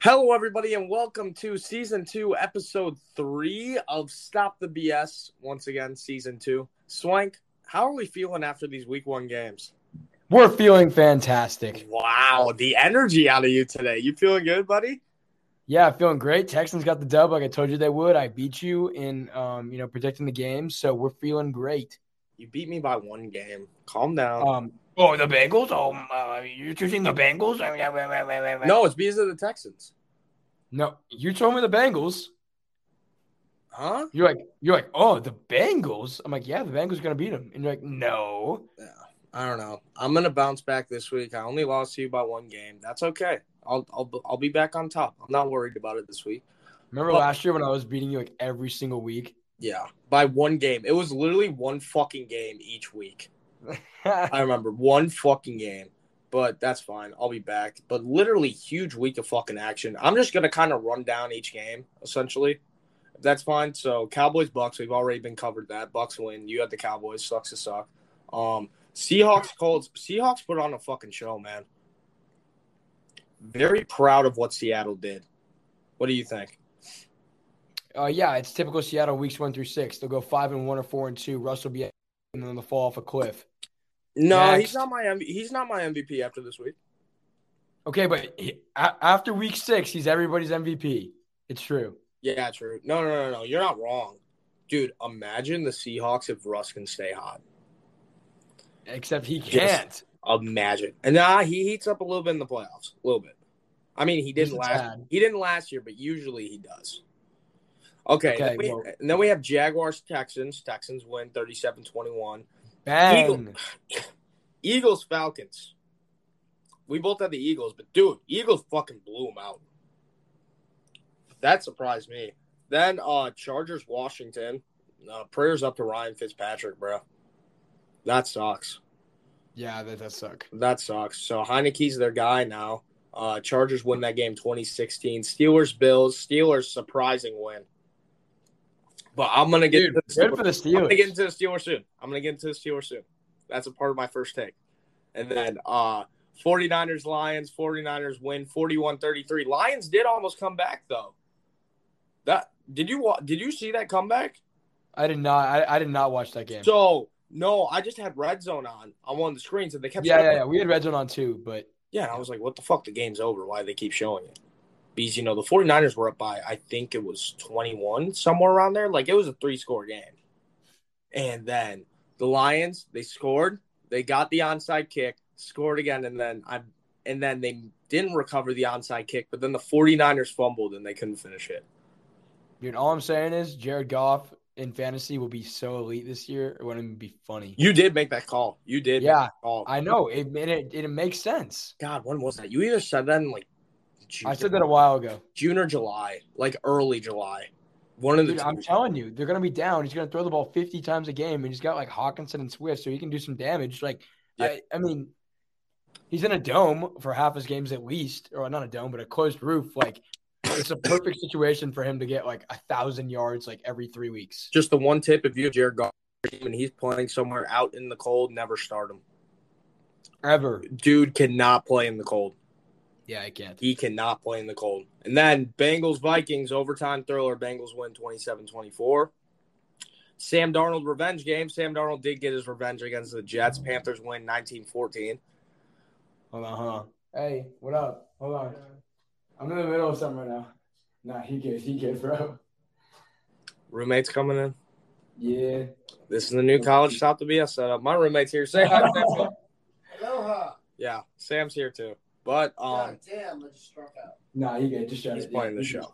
Hello, everybody, and welcome to season two, episode three of Stop the BS. Once again, season two. Swank, how are we feeling after these week one games? We're feeling fantastic. Wow, the energy out of you today. You feeling good, buddy? Yeah, feeling great. Texans got the dub like I told you they would. I beat you in um, you know, predicting the game, so we're feeling great. You beat me by one game. Calm down. Um Oh, the Bengals? Oh, uh, you're choosing the Bengals? no, it's because of the Texans. no, you told me the Bengals. Huh? You're like you're like, "Oh, the Bengals?" I'm like, "Yeah, the Bengals are going to beat them." And you're like, "No." I don't know. I'm gonna bounce back this week. I only lost to you by one game. That's okay. I'll I'll I'll be back on top. I'm not worried about it this week. Remember Well- last year when I was beating you like every single week? Yeah, by one game. It was literally one fucking game each week. Uh, I remember one fucking game, but that's fine. I'll be back. But literally, huge week of fucking action. I'm just gonna kind of run down each game essentially. If that's fine. So Cowboys Bucks. We've already been covered that. Bucks win. You had the Cowboys. Sucks to suck. Um, Seahawks Colts. Seahawks put on a fucking show, man. Very proud of what Seattle did. What do you think? Uh, yeah, it's typical Seattle weeks 1 through 6. They'll go 5 and 1 or 4 and 2. Russ will be and then they'll fall off a cliff. No, he's Next. not my M- he's not my MVP after this week. Okay, but he- a- after week 6, he's everybody's MVP. It's true. Yeah, true. No, no, no, no. You're not wrong. Dude, imagine the Seahawks if Russ can stay hot. Except he can't. Yes. Imagine. And nah, he heats up a little bit in the playoffs. A little bit. I mean, he didn't Just a last tad. he didn't last year, but usually he does. Okay. Okay, then we, well- and then we have Jaguars Texans. Texans win 37-21. Bang. Eagles Falcons. We both had the Eagles, but dude, Eagles fucking blew them out. That surprised me. Then uh Chargers Washington. Uh, prayers up to Ryan Fitzpatrick, bro. That sucks. Yeah, that does suck. That sucks. So Heineke's their guy now. Uh Chargers win that game 2016. Steelers Bills. Steelers surprising win. But I'm gonna get Dude, to the good Steelers- for the I'm gonna get Steelers. into the Steelers soon. I'm gonna get into the Steelers soon. That's a part of my first take. And then uh 49ers Lions, 49ers win 41-33. Lions did almost come back though. That did you wa- did you see that comeback? I did not. I, I did not watch that game. So no, I just had red zone on on one of the screens and they kept yeah, showing yeah, it. yeah. We had red zone on two, but Yeah, and I was like, what the fuck? The game's over. Why do they keep showing it? Because, you know, the 49ers were up by, I think it was 21, somewhere around there. Like, it was a three score game. And then the Lions, they scored. They got the onside kick, scored again. And then I, and then they didn't recover the onside kick, but then the 49ers fumbled and they couldn't finish it. dude, all I'm saying is Jared Goff in fantasy will be so elite this year. It wouldn't even be funny. You did make that call. You did. make Yeah, that call. I know. It and it, it makes sense. God, when was that? You either said that in like June, I said that a while ago. June or July, like early July. One of the Dude, I'm two. telling you, they're gonna be down. He's gonna throw the ball 50 times a game, and he's got like Hawkinson and Swift, so he can do some damage. Like, Yeah. I, I mean, he's in a dome for half his games at least, or not a dome, but a closed roof. Like, it's a perfect situation for him to get like a thousand yards like every three weeks. just the one tip if you have Jared Goff and he's playing somewhere out in the cold, never start him. Ever? Dude cannot play in the cold. Yeah, I can't. He cannot play in the cold. And then Bengals Vikings overtime thriller. Bengals win 27 24. Sam Darnold revenge game. Sam Darnold did get his revenge against the Jets. Panthers win 19 14. Hold on, hold on. Hey, what up? Hold on. I'm in the middle of something right now. Nah, he good. He good, bro. Roommates coming in. Yeah. This is the new college stop the BS setup. My roommate's here. Say hi, Sam. Aloha. Yeah, Sam's here too. But um, God damn, I just struck out. nah, he good. Just shut he's it. playing the He show.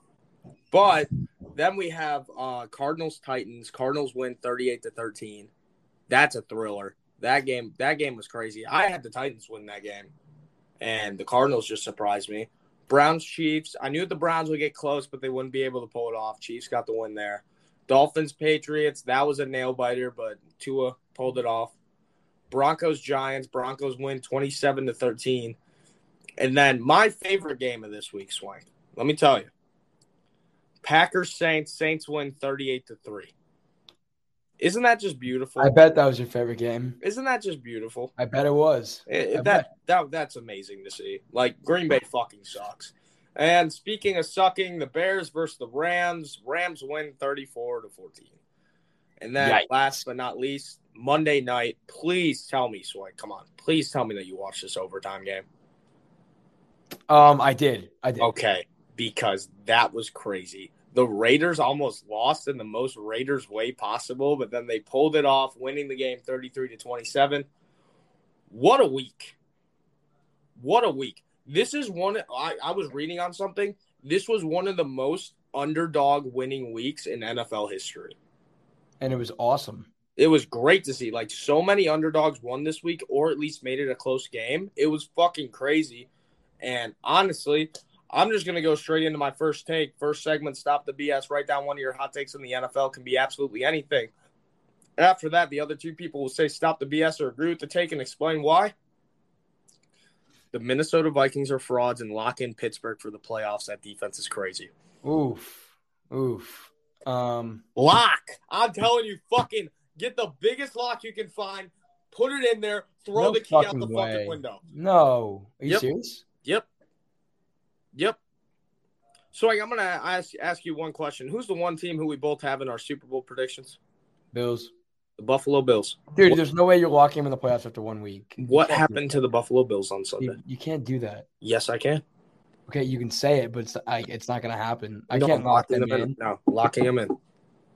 But then we have uh Cardinals Titans. Cardinals win 38 to 13. That's a thriller. That game that game was crazy. I had the Titans win that game. And the Cardinals just surprised me. Browns Chiefs. I knew the Browns would get close, but they wouldn't be able to pull it off. Chiefs got the win there. Dolphins Patriots. That was a nail biter, but Tua pulled it off. Broncos Giants. Broncos win 27 to 13. And then my favorite game of this week, Swank. Let me tell you. Packers Saints Saints win 38 to 3. Isn't that just beautiful? I bet that was your favorite game. Isn't that just beautiful? I bet it was. It- I that that that's amazing to see. Like Green Bay fucking sucks. And speaking of sucking, the Bears versus the Rams. Rams win 34 to 14. And then Yikes. last but not least, Monday night. Please tell me, Sway. Come on. Please tell me that you watched this overtime game. Um, I did. I did. Okay. Because that was crazy. The Raiders almost lost in the most Raiders way possible, but then they pulled it off, winning the game 33 to 27. What a week. What a week. This is one I, I was reading on something. This was one of the most underdog winning weeks in NFL history And it was awesome. it was great to see. Like so many underdogs won this week, or at least made it a close game. It was fucking crazy. And honestly, I'm just gonna go straight into my first take. First segment, stop the BS. Write down one of your hot takes in the NFL. Can be absolutely anything. After that, the other two people will say stop the BS or agree with the take and explain why. The Minnesota Vikings are frauds and lock in Pittsburgh for the playoffs. That defense is crazy. Oof. Oof. Um, Lock. I'm telling you, fucking get the biggest lock you can find, put it in there, throw No the key out fucking the way. fucking window. no. Are you Yep. serious? Yep. Yep. So like, I'm gonna ask ask you one question. Who's the one team who we both have in our Super Bowl predictions? Bills. The Buffalo Bills. Dude, there's no way you're locking him in the playoffs after one week. You What can't do happened to the Buffalo Bills on that. Sunday? You, you can't do that. Yes, I can. Okay, you can say it, but it's I, it's not going to happen. I No, can't lock locking them in. No, locking them in.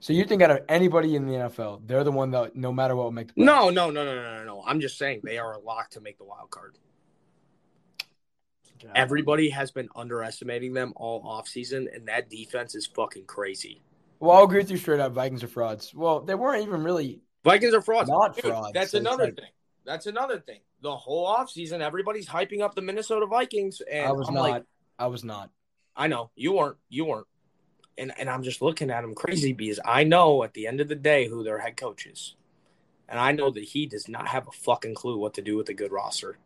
So you think out of anybody in the NFL, they're the one that no matter what will make the playoffs. No, no, no, no, no, no, no. I'm just saying they are a lock to make the wild card. God. Everybody has been underestimating them all offseason, and that defense is fucking crazy. Well, I'll agree with you straight up. Vikings are frauds. Well, they weren't even really. Vikings are frauds. Not Dude, frauds. That's So it's another like- thing. That's another thing. The whole offseason, everybody's hyping up the Minnesota Vikings, and I was am not. like, I was not. I know you weren't. You weren't. And and I'm just looking at him crazy because I know at the end of the day who their head coach is, and I know that he does not have a fucking clue what to do with a good roster.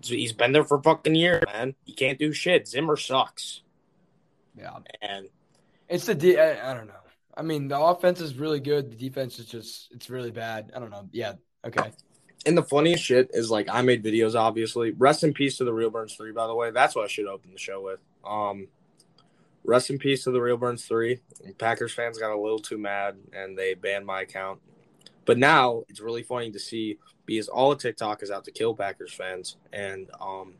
So he's been there for a fucking year, man. You can't do shit. Zimmer sucks, Yeah, and it's the. De- I, I don't know. I mean, the offense is really good. The defense is just. It's really bad. I don't know. Yeah. Okay. And the funniest shit is like I made videos, obviously. Rest in peace to the Real Burns Three, by the way. That's what I should open the show with. Um, rest in peace to the Real Burns Three. Packers fans got a little too mad and they banned my account. But now it's really funny to see because all of TikTok is out to kill Packers fans and um,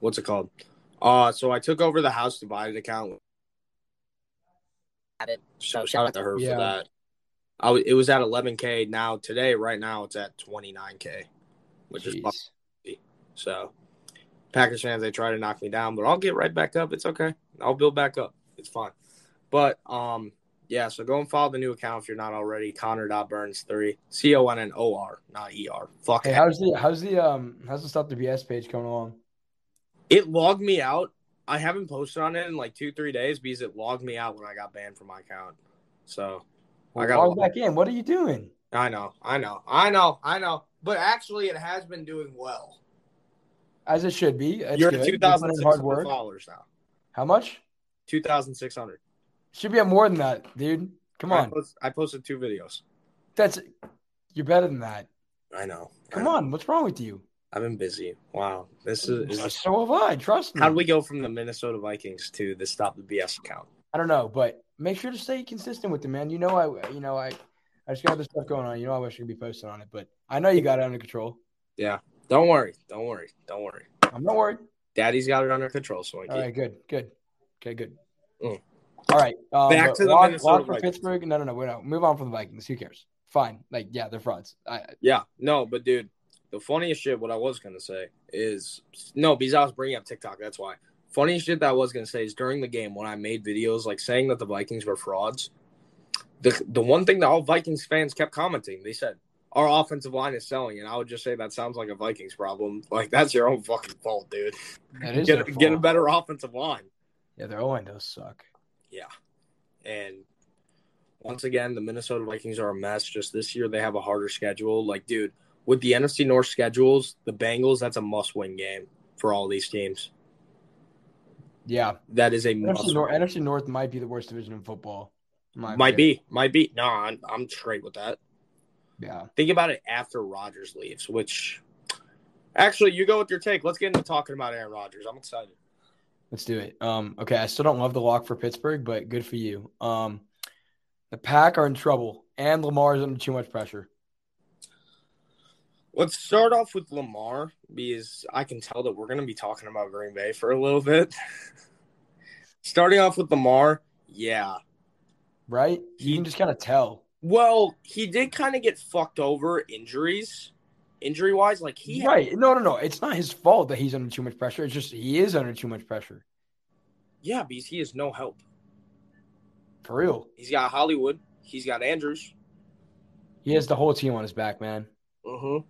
what's it called? Uh, so I took over the House Divided account. Got it. So shout out to her Yeah. for that. I w- it was at 11k. Now today, right now, it's at 29k, which is Jeez. so, Packers fans, they try to knock me down, but I'll get right back up. It's okay. I'll build back up. It's fine. But um, yeah. So go and follow the new account if you're not already. Connor.Burns three C O N N O R, not E R. Fuck Hey, it. how's the how's the um how's the stop the BS page coming along? It logged me out. I haven't posted on it in like two three days because it logged me out when I got banned from my account. So I got a Log back in. What are you doing? I know, I know, I know, I know. But actually, it has been doing well. As it should be. That's you're good. at You're two putting thousand in six hard hundred work. followers now. How much? Two thousand six hundred. Should be at more than that, dude. Come I, on. post- I posted two videos. That's you're better than that. I know. Come on. What's wrong with you? I've been busy. Wow. This is, is this, So have I. Trust me. how do we go from the Minnesota Vikings to the Stop the BS account? I don't know, but make sure to stay consistent with it, man. You know, I, you know, I, I just got other stuff going on. You know, I wish I could be posting on it, but I know you got it under control. Don't worry. Don't worry. Don't worry. I'm not worried. Daddy's got it under control, Swanky. All right, good, good, okay, good. Mm. All right, um, Back but to the lock- Minnesota lock for Vikings. Pittsburgh. No, no, no. We're not. Move on from the Vikings. Who cares? Fine. Like, yeah, they're frauds. I, Yeah. No, but dude, the funniest shit, what I was going to say is no, because I was bringing up TikTok. That's why. Funniest shit that I was going to say is during the game when I made videos like saying that the Vikings were frauds, the, the one thing that all Vikings fans kept commenting, they said, our offensive line is selling. And I would just say that sounds like a Vikings problem. Like, that's your own fucking fault, dude. that is Get, their a- fault. get a better offensive line. Yeah, their O line does suck. Yeah. And once again, the Minnesota Vikings are a mess. Just this year, they have a harder schedule. Like, dude, with the NFC North schedules, the Bengals, that's a must win game for all these teams. Yeah, That is a NFC must North, NFC North might be the worst division in football. in my Might opinion. be. Might be. No, I'm, I'm straight with that. Yeah. Think about it after Rodgers leaves, which actually, you go with your take. Let's get into talking about Aaron Rodgers. I'm excited. Let's do it. Um, okay, I still don't love the lock for Pittsburgh, but good for you. Um, the Pack are in trouble, and Lamar is under too much pressure. Let's start off with Lamar because I can tell that we're going to be talking about Green Bay for a little bit. Starting off with Lamar, yeah. Right? You He- can just kind of tell. Well, he did kind of get fucked over injuries, injury wise. Like he, Right? No, no, no. It's not his fault that he's under too much pressure. It's just he is under too much pressure. yeah, because he has no help. For real, He's got Hollywood. He's got Andrews. he has the whole team on his back, man. Mm-hmm.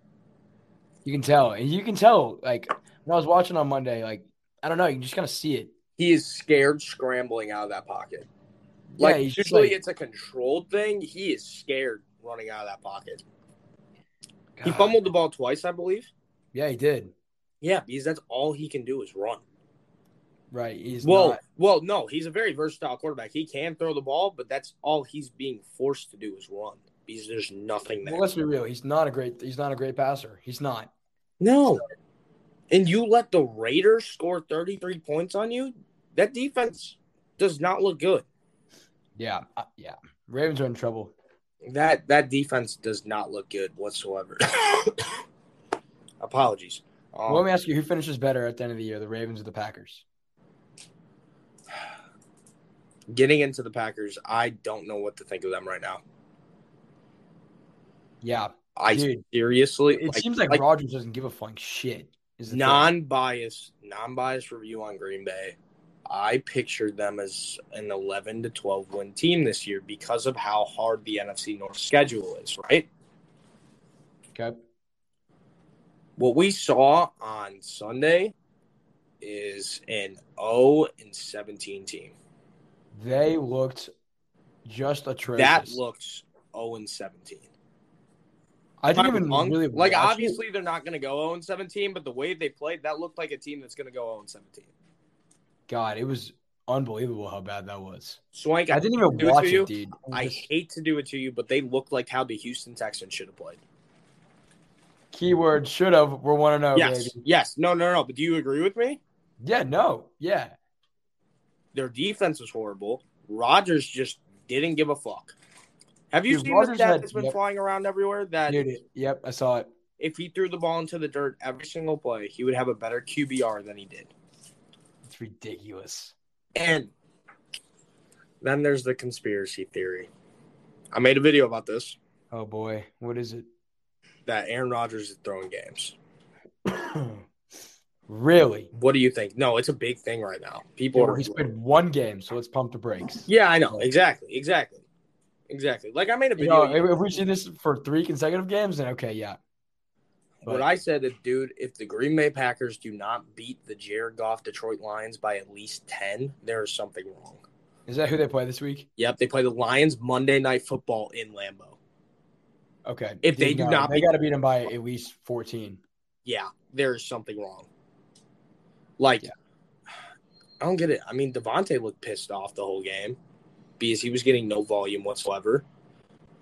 You can tell, and you can tell. Like when I was watching on Monday, like I don't know, you can just kind of see it. He is scared, scrambling out of that pocket. Yeah, Like he's just usually like- it's a controlled thing. He is scared running out of that pocket. He God. fumbled the ball twice, I believe. Yeah, he did. Yeah, because that's all he can do is run. Right? He's well, not- well, no, he's a very versatile quarterback. He can throw the ball, but that's all he's being forced to do is run because there's nothing there. Well, let's be real. He's not a great. He's not a great passer. He's not. No. And you let the Raiders score 33 points on you? That defense does not look good. Yeah, uh, yeah. Ravens are in trouble. That that defense does not look good whatsoever. Apologies. Um, Well, let me ask you, who finishes better at the end of the year, the Ravens or the Packers? getting into the Packers, I don't know what to think of them right now. Yeah, I Dude, seriously it seems like, like- Rodgers doesn't give a flying shit. Is the thing. non-biased non-biased review on Green Bay. I pictured them as an 11 to 12 win team this year because of how hard the NFC North schedule is, right? Okay. what we saw on Sunday is an 0 and 17 team. They looked just atrocious. That looks 0 and 17. I didn't even Un- really like watch it. obviously they're not going to go 0 and 17, but the way they played, that looked like a team that's going to go 0 and 17. God, it was unbelievable how bad that was. Swank, I I, didn't even Do it to watch you. it, dude. I Just- hate to do it to you, but they look like how the Houston Texans should have played. keyword should have. We're one and zero, yes, Oh, baby. yes, no, no, no. But do you agree with me? Yeah, no, yeah. Their defense was horrible. Rodgers just didn't give a fuck. Have you Dude, seen Rodgers the stat had- that's been yep. flying around everywhere? That Dude, it- yep, I saw it. if he threw the ball into the dirt every single play, he would have a better QBR than he did. It's ridiculous. And then there's the conspiracy theory. I made a video about this Oh boy, what is it? that Aaron Rodgers is throwing games. really? What do you think? No, it's a big thing right now. People Dude, are. he's played one game, so let's pump the brakes. Yeah, I know. Exactly. Exactly. Exactly. Like I made a You video. know, if, if we see this for three consecutive games, then okay, yeah. what I said is, dude, if the Green Bay Packers do not beat the Jared Goff Detroit Lions by at least 10, there is something wrong. Is that who they play this week? Yep. They play the Lions Monday Night Football in Lambeau. Okay. If they do not they beat- got to beat them by at least fourteen. yeah, there's something wrong. Like, Yeah. I don't get it. I mean, Devontae looked pissed off the whole game because he was getting no volume whatsoever.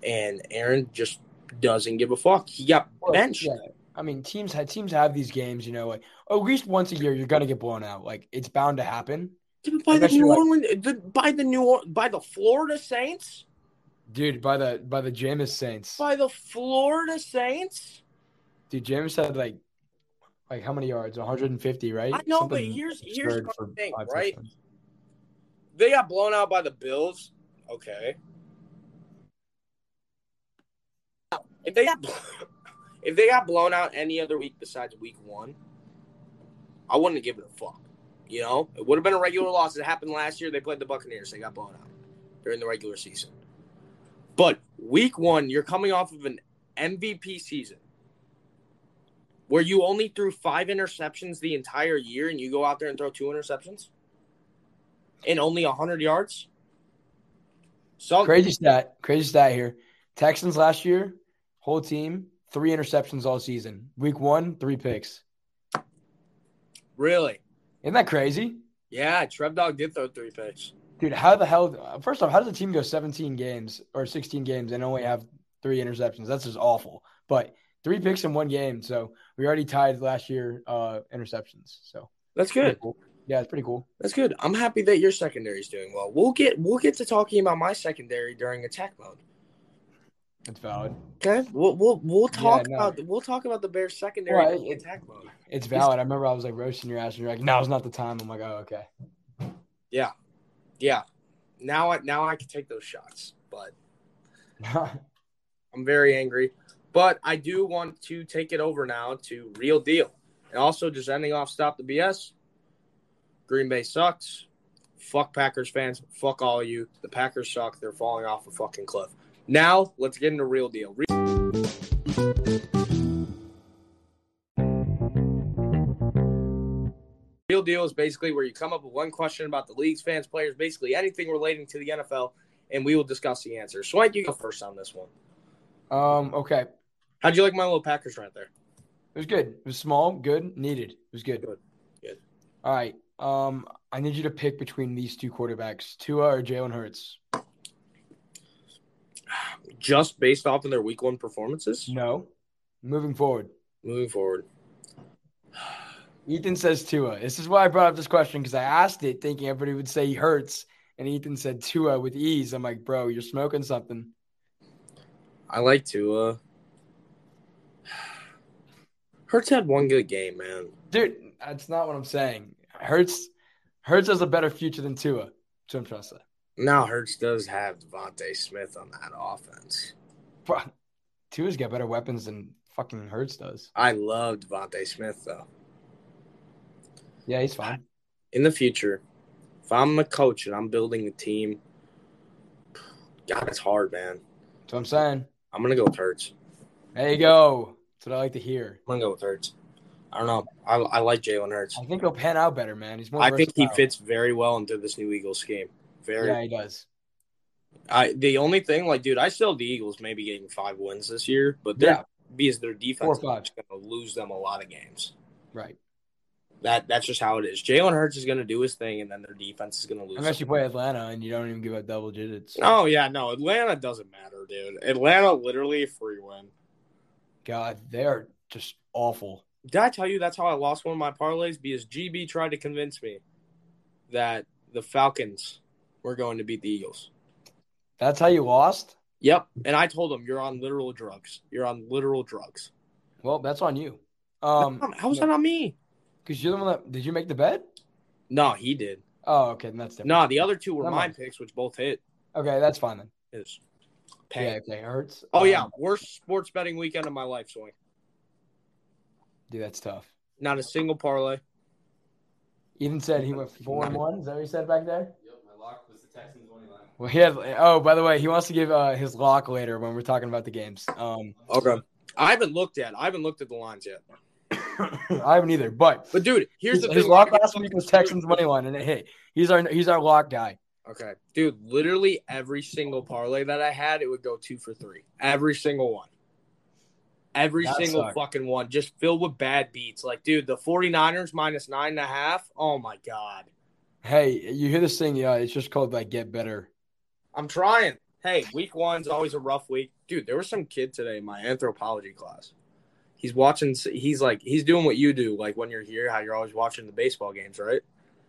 And Aaron just doesn't give a fuck. He got benched. Yeah. I mean, teams have teams have these games, you know, like at least once a year you're gonna get blown out. Like it's bound to happen, Dude, by the Unless you're New like- Orleans, the, by the New Or- by the Florida Saints, dude. By the by, the Jameis Saints, by the Florida Saints. dude. Jameis had like, like how many yards? 150, right? I know, but Something here's here's absurd my for thing, five right? touchdowns. They got blown out by the Bills. Okay. If they got, if they got blown out any other week besides week one, I wouldn't have given a fuck. You know, it would have been a regular loss. It happened last year. They played the Buccaneers. They got blown out during the regular season. But week one, you're coming off of an MVP season where you only threw five interceptions the entire year and you go out there and throw two interceptions and only 100 yards. So Crazy stat, crazy stat here. Texans last year, whole team, three interceptions all season. Week one, three picks. really, Isn't that crazy? yeah, Trev Dog did throw three picks. Dude, how the hell? First off, how does a team go 17 games or 16 games and only have three interceptions? That's just awful. But three picks in one game, so we already tied last year uh interceptions. So That's good. Yeah, it's pretty cool. That's good. I'm happy that your secondary is doing well. We'll get we'll get to talking about my secondary during attack mode. It's valid. Okay, we'll we'll, we'll talk no. about we'll talk about the Bears secondary Well, during it- attack mode. It's valid. I remember I was like roasting your ass, and you're like, "Now's not the time." I'm like, "Oh, okay." Yeah, now I now I can take those shots, but I'm very angry. But I do want to take it over now to real deal, and also just ending off stop the BS. Green Bay sucks. Fuck Packers fans. Fuck all of you. The Packers suck. They're falling off a fucking cliff. Now let's get into real deal. Re- Real deal is basically where you come up with one question about the league's fans, players, basically anything relating to the NFL, and we will discuss the answer. Swank, you go first on this one. um. Okay. It How'd you like my little Packers right there? was good. It was small. Good. Needed. It was good. Good. Good. All right. Um. I need you to pick between these two quarterbacks, Tua or Jalen Hurts. Just based off of their week one performances? No. Moving forward, Moving forward. Ethan says Tua. This is why I brought up this question because I asked it thinking everybody would say Hurts, and Ethan said Tua with ease. I'm like, bro, you're smoking something. I like Tua. Hurts had one good game, man. Dude, that's not what I'm saying. Hurts, Hurts has a better future than Tua. That's what I'm trying to say. Now Hurts does have Devontae Smith on that offense. Bro, Tua's got better weapons than fucking Hurts does. I love Devontae Smith though. Yeah, he's fine. In the future, if I'm a coach and I'm building a team, God, it's hard, man. That's what I'm saying. I'm gonna go with Hurts. There you go. That's what I like to hear. I'm gonna go with Hurts. I don't know. I, I like Jalen Hurts. I think he'll pan out better, man. He's more. I think he versatile. fits very well into this new Eagles scheme. Very. Yeah, he does. I the only thing, like, dude, I still have the Eagles maybe getting five wins this year, but their Yeah. because their Four or defense is five. going to lose them a lot of games. Right. That that's just how it is. Jalen Hurts is going to do his thing, and then their defense is going to lose. Unless them. you play Atlanta and you don't even give up double digits. Oh yeah, no, Atlanta doesn't matter, dude. Atlanta literally a free win. God, they're just awful. Did I tell you that's how I lost one of my parlays? Because GB tried to convince me that the Falcons were going to beat the Eagles. That's how you lost. Yep, and I told him you're on literal drugs. You're on literal drugs. Well, that's on you. Um, How was that on me? because you're the one that did you make the bet? No, he did. Oh, okay, then that's different. No, the other two were Never my mind. picks, which both hit. Okay, that's fine then. Is Yeah, pain. okay, it hurts. Oh yeah, Um, worst sports betting weekend of my life, Swing. dude, that's tough. Not a single parlay. Even said he went four and one. Is that what he said back there? Yep, my lock was the Texans money line. Well, he had. Oh, by the way, he wants to give uh, his lock later when we're talking about the games. Um, Okay. I haven't looked at. I haven't looked at the lines yet. I haven't either. But But dude, here's his, the his thing. lock last week was Texans money line, and it hit. He's our he's our lock guy. Okay, dude. Literally every single parlay that I had, it would go two for three. Every single one. Every That single sucked. fucking one, just filled with bad beats. Like, dude, the 49ers minus nine and a half. Oh my god. Hey, you hear this thing? Yeah, it's just called like get better. I'm trying. Hey, week one's always a rough week, dude. There was some kid today in my anthropology class. He's watching. He's like, he's doing what you do, like when you're here, how you're always watching the baseball games, right?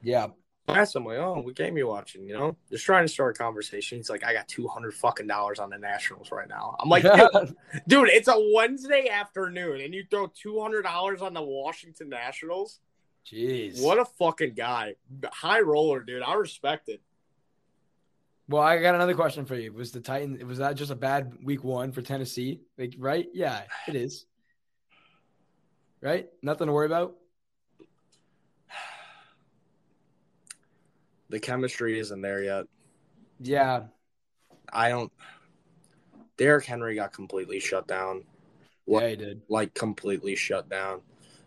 Yeah, I asked him like, oh, what game you watching? You know, just trying to start a conversation. He's like, I got two hundred fucking dollars on the Nationals right now. I'm like, dude, dude, it's a Wednesday afternoon, and you throw two hundred dollars on the Washington Nationals. jeez. What a fucking guy, high roller, dude. I respect it. Well, I got another question for you. Was the Titan? Was that just a bad week one for Tennessee? Like, right? Yeah, it is. Right? Nothing to worry about. The chemistry isn't there yet. Yeah, I don't. Derrick Henry got completely shut down, What- yeah, he did. like completely shut down.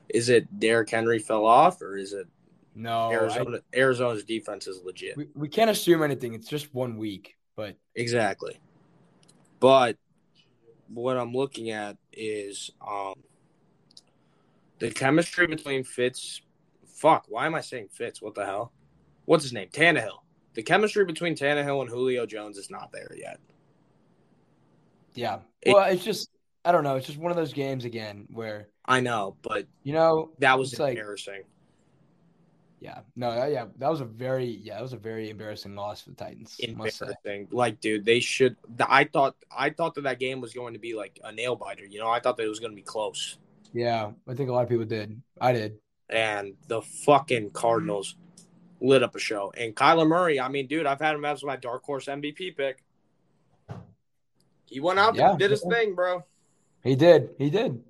Is it Derrick Henry fell off, or is it No, Oh, I- Arizona? Arizona's defense is legit. we, we can't assume anything. It's just one week, but Exactly. But what I'm looking at is um, the chemistry between Fitz. Fuck, why am I saying Fitz? What the hell? What's his name? Tannehill. The chemistry between Tannehill and Julio Jones is not there yet. yeah. It- well, it's just I don't know. It's just one of those games again where I know, but you know that was It's like- embarrassing. Yeah. No, that, yeah, that was a very yeah, that was a very embarrassing loss for the Titans. Must say. Embarrassing. Like, dude, they should. th- I thought I thought that that game was going to be like a nail biter. You know, I thought that it was going to be close, Yeah, I think a lot of people did. I did. and the fucking Cardinals lit up a show. And Kyler Murray, I mean, dude, I've had him as my dark horse MVP pick. He went out there Yeah. and did his thing, bro. He did. He did.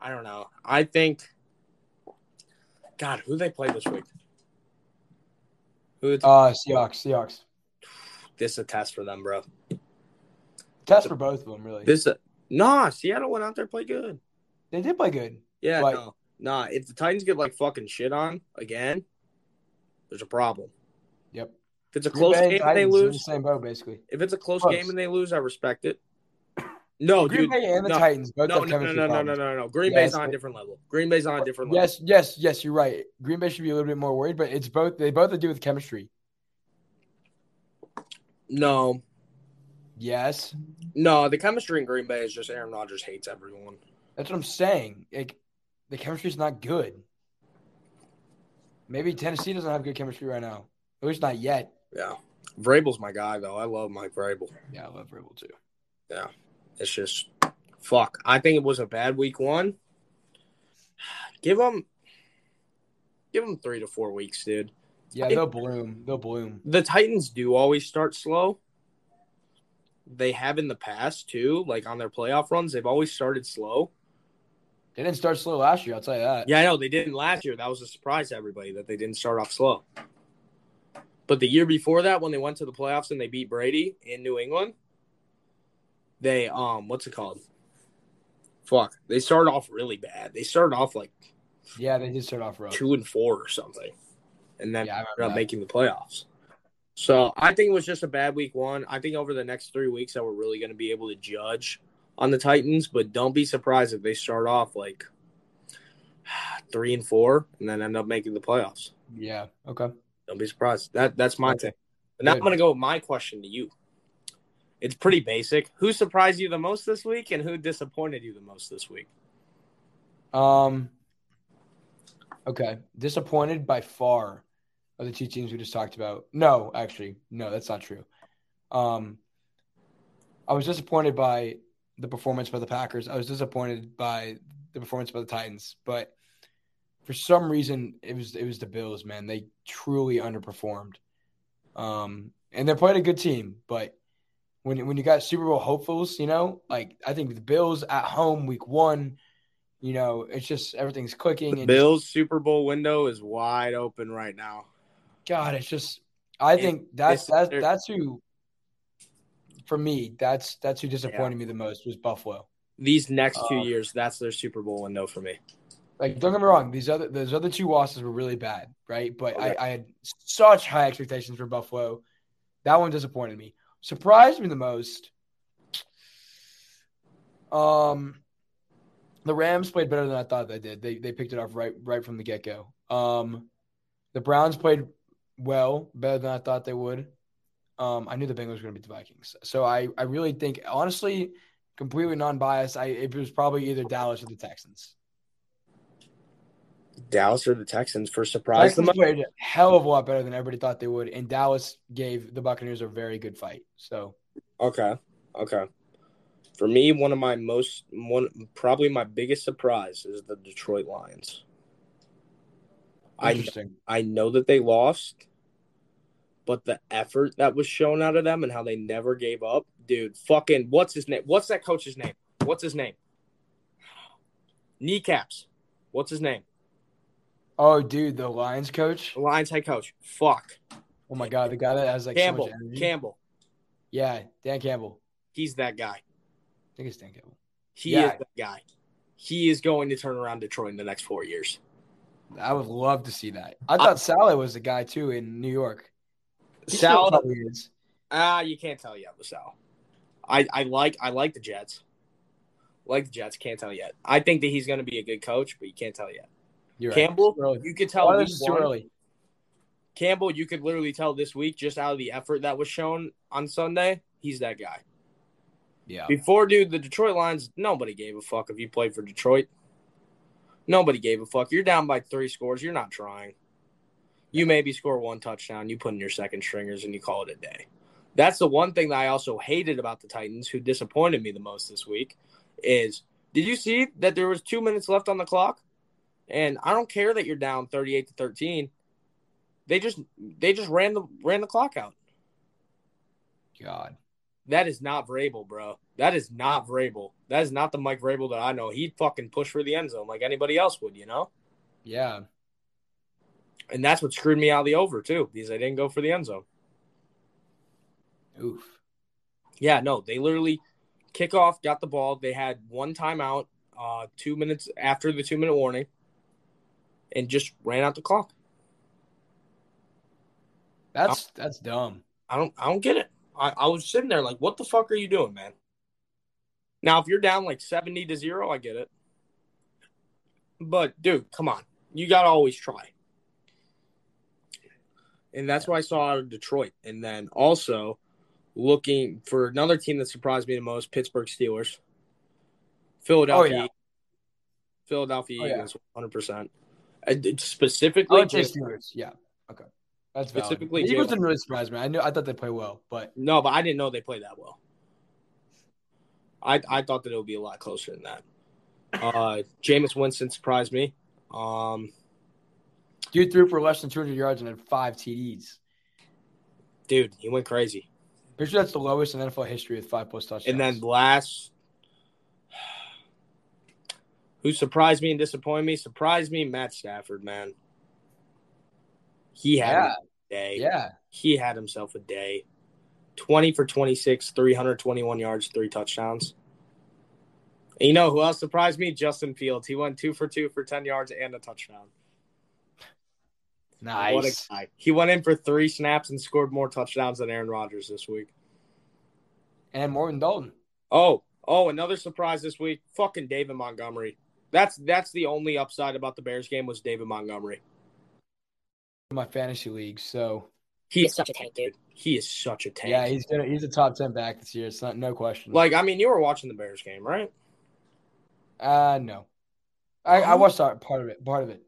I don't know. I think. God, who they play this week? Who? Uh Seahawks, Seahawks. this is a test for them, bro. Test for both of them, really. This a, nah. Seattle went out there and played good. they did play good. Yeah, Like- no, nah. If the Titans get like fucking shit on again, there's a problem. Yep. If it's a Green close Bay and game and they Titans, they're in the lose, same boat basically. if it's a close, Close. game and they lose, I respect it. No, Green Oh, dude. Bay and the no, Titans both No, have no, no, chemistry no, no, no, problems. no, no. Green Yeah, Bay's it's- on a different level. Green Bay's on a different level. Yes, yes, yes, you're right. Green Bay should be a little bit more worried, but it's both they both have to do with chemistry. No, Yes. no. The chemistry in Green Bay is just Aaron Rodgers hates everyone. That's what I'm saying. Like the chemistry's not good. Maybe Tennessee doesn't have good chemistry right now. At least not yet. Yeah, Vrabel's my guy though. I love Mike Vrabel. Yeah, I love Rebel too. It's just fuck. I think it was a bad week one. Give them, give them three to four weeks, dude. Yeah, they'll bloom. They'll bloom. The Titans do always start slow. They have in the past too, like on their playoff runs, they've always started slow. They didn't start slow last year, I'll tell you that. Yeah, I know they didn't last year. That was a surprise to everybody that they didn't start off slow. But the year before that, when they went to the playoffs and they beat Brady in New England, they um, what's it called? Fuck, they started off really bad. They started off like Yeah, they did start off rough. two and four or something, and then Yeah, I ended remember up that. making the playoffs. So I think it was just a bad week one. I think over the next three weeks that we're really going to be able to judge on the Titans, but don't be surprised if they start off like three and four and then end up making the playoffs. Yeah. Okay. Don't be surprised. That that's my Okay. thing. But now Good. I'm going to go with my question to you. It's pretty basic. Who surprised you the most this week, and who disappointed you the most this week? Um Okay. Disappointed by far of the two teams we just talked about. No, actually, no, that's not true. Um I was disappointed by the performance by the Packers. I was disappointed by the performance by the Titans, but for some reason it was it was the Bills, man. They truly underperformed. Um and they're playing a good team, but when when you got Super Bowl hopefuls, you know, like I think the Bills at home week 1, you know, it's just everything's clicking The and just- Bills Super Bowl window is wide open right now. God, it's just I It- think that's it's- that's they're- that's who for me, that's that's who disappointed me the most was Buffalo. these next two Um, years, that's their Super Bowl window for me. Like don't get me wrong, these other those other two losses were really bad, right? But Okay. I, I had such high expectations for Buffalo. That one disappointed me. Surprised me the most. Um the Rams played better than I thought they did. They they picked it off right right from the get go. Um the Browns played well, better than I thought they would. Um, I knew the Bengals were going to beat the Vikings, so I, I really think, honestly, completely non-biased, I it was probably either Dallas or the Texans. Dallas or the Texans for surprise. Texans played a hell of a lot better than everybody thought they would, and Dallas gave the Buccaneers a very good fight. So Okay, okay. For me, one of my most one probably my biggest surprise is the Detroit Lions. I interesting. I know that they lost, but the effort that was shown out of them and how they never gave up, dude. Fucking what's his name? What's that coach's name? What's his name? Kneecaps. What's his name? Oh, dude, the Lions coach. Lions head coach. Fuck. Oh my God, the guy that has like so much Campbell. energy. Campbell. yeah, Dan Campbell. He's that guy. I think it's Dan Campbell. He Yeah. is that guy. He is going to turn around Detroit in the next four years. I would love to see that. I thought Salah was the guy too in New York. He still Sal, probably is. ah, you can't tell yet with Sal. I, I like I like the Jets. Like the Jets, can't tell yet. I think that he's going to be a good coach, but you can't tell yet. You're right. Campbell, Too early. you could One tell of week those is too one, early. Campbell, you could literally tell this week just out of the effort that was shown on Sunday, he's that guy. Yeah. Before, dude, the Detroit Lions, nobody gave a fuck if you played for Detroit. Nobody gave a fuck. You're down by three scores. You're not trying. You maybe score one touchdown. You put in your second stringers and you call it a day. That's the one thing that I also hated about the Titans, who disappointed me the most this week, is did you see that there was two minutes left on the clock? And I don't care that you're down 38 to 13. They just they just ran the ran the clock out. God. That is not Vrabel, bro. That is not Vrabel. That is not the Mike Vrabel that I know. He'd fucking push for the end zone like anybody else would, you know? Yeah. And that's what screwed me out of the over, too, because I didn't go for the end zone. Oof. Yeah, no, they literally kickoff, got the ball. They had one timeout, uh, two minutes after the two minute warning, and just ran out the clock. That's that's dumb. I don't I don't get it. I, I was sitting there like, what the fuck are you doing, man? Now if you're down like seventy to zero, I get it. But dude, come on. You gotta always try. And that's what I saw out of Detroit. And then also looking for another team that surprised me the most, Pittsburgh Steelers. Philadelphia. Oh, yeah. Philadelphia Oh, yeah. Eagles, one hundred percent. uh, Specifically, I would say just- Steelers. Yeah. Okay. That's valid. Specifically, The Eagles Jalen. didn't really surprise me. I knew I thought they'd play well, but No, but I didn't know they played that well. I I thought that it would be a lot closer than that. Uh Jameis Winston surprised me. Um dude threw for less than 200 yards and had five TDs. dude, he went crazy. Pretty sure that's the lowest in NFL history with five plus touchdowns. And then last who surprised me and disappointed me? Surprised me, Matt Stafford, man. He had yeah, a day. yeah, He had himself a day. 20 for 26, 321 yards, three touchdowns. And you know who else surprised me? Justin Fields. He went two for two for 10 yards and a touchdown. What a nice. guy. He went in for three snaps and scored more touchdowns than Aaron Rodgers this week. And Morgan Dalton. Oh, oh, another surprise this week. Fucking David Montgomery. That's that's the only upside about the Bears game was David Montgomery. in my fantasy league. So He's such a tank, dude. He is such a tank. yeah, he's gonna he's a top ten back this year. It's not no question. like I mean, you were watching the Bears game, right? uh no, I, I watched that part of it. Part of it.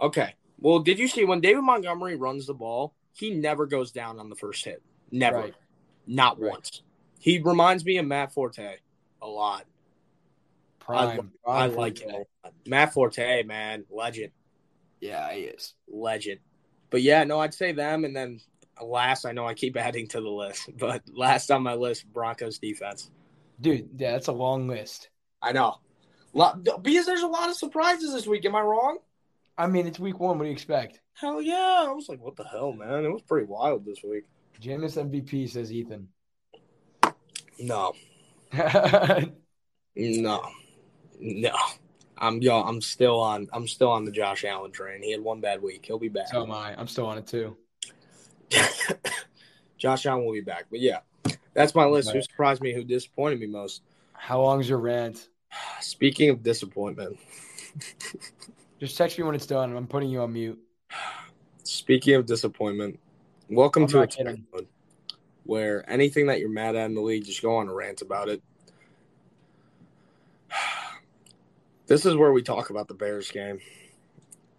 Okay. Well, did you see when David Montgomery runs the ball, he never goes down on the first hit. Never. Right. Not Right. once. He reminds me of Matt Forte a lot. Prime. I prime like for him. that. a lot. Matt Forte, man, legend, Yeah, he is. legend. But yeah, no, I'd say them and then last, I know I keep adding to the list, but last on my list, Broncos defense. Dude, yeah, that's a long list. I know. Lot, because there's a lot of surprises this week. Am I wrong? I mean, it's week one. What do you expect? Hell yeah. I was like, what the hell, man? It was pretty wild this week. Jameis MVP says Ethan. No. yeah, No, no. I'm yo. I'm still on. I'm still on the Josh Allen train. He had one bad week. He'll be back. so am I. I'm still on it too. Josh Allen will be back. But yeah, that's my list. Who Right. surprised me? Who disappointed me most? How long's your rant? Speaking of disappointment, Just text me when it's done. and I'm putting you on mute. speaking of disappointment, welcome I'm to a not time kidding. mode where anything that you're mad at in the league, just go on a rant about it. This is where we talk about the Bears game.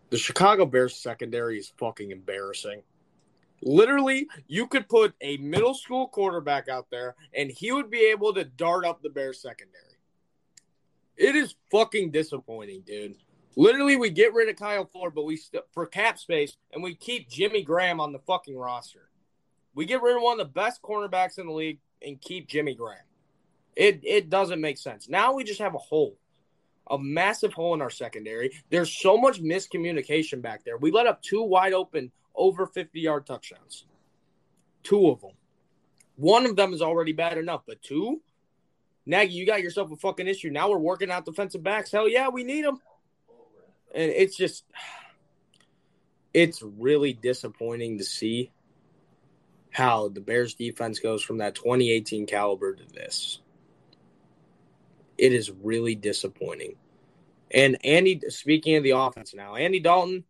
The Chicago Bears secondary is fucking embarrassing. Literally, you could put a middle school quarterback out there and he would be able to dart up the Bears secondary. It is fucking disappointing, dude. Literally, we get rid of Kyle Ford, but we st- for cap space and we keep Jimmy Graham on the fucking roster. We get rid of one of the best cornerbacks in the league and keep Jimmy Graham. It it doesn't make sense. Now we just have a hole. A massive hole in our secondary. There's so much miscommunication back there. We let up two wide open over 50 yard touchdowns. Two of them. One of them is already bad enough, but two? Nagy, you got yourself a fucking issue. Now we're working out defensive backs. Hell yeah, we need them. And it's just, it's really disappointing to see how the Bears defense goes from that 2018 caliber to this. It is really disappointing. And Andy, speaking of the offense now, Andy Dalton,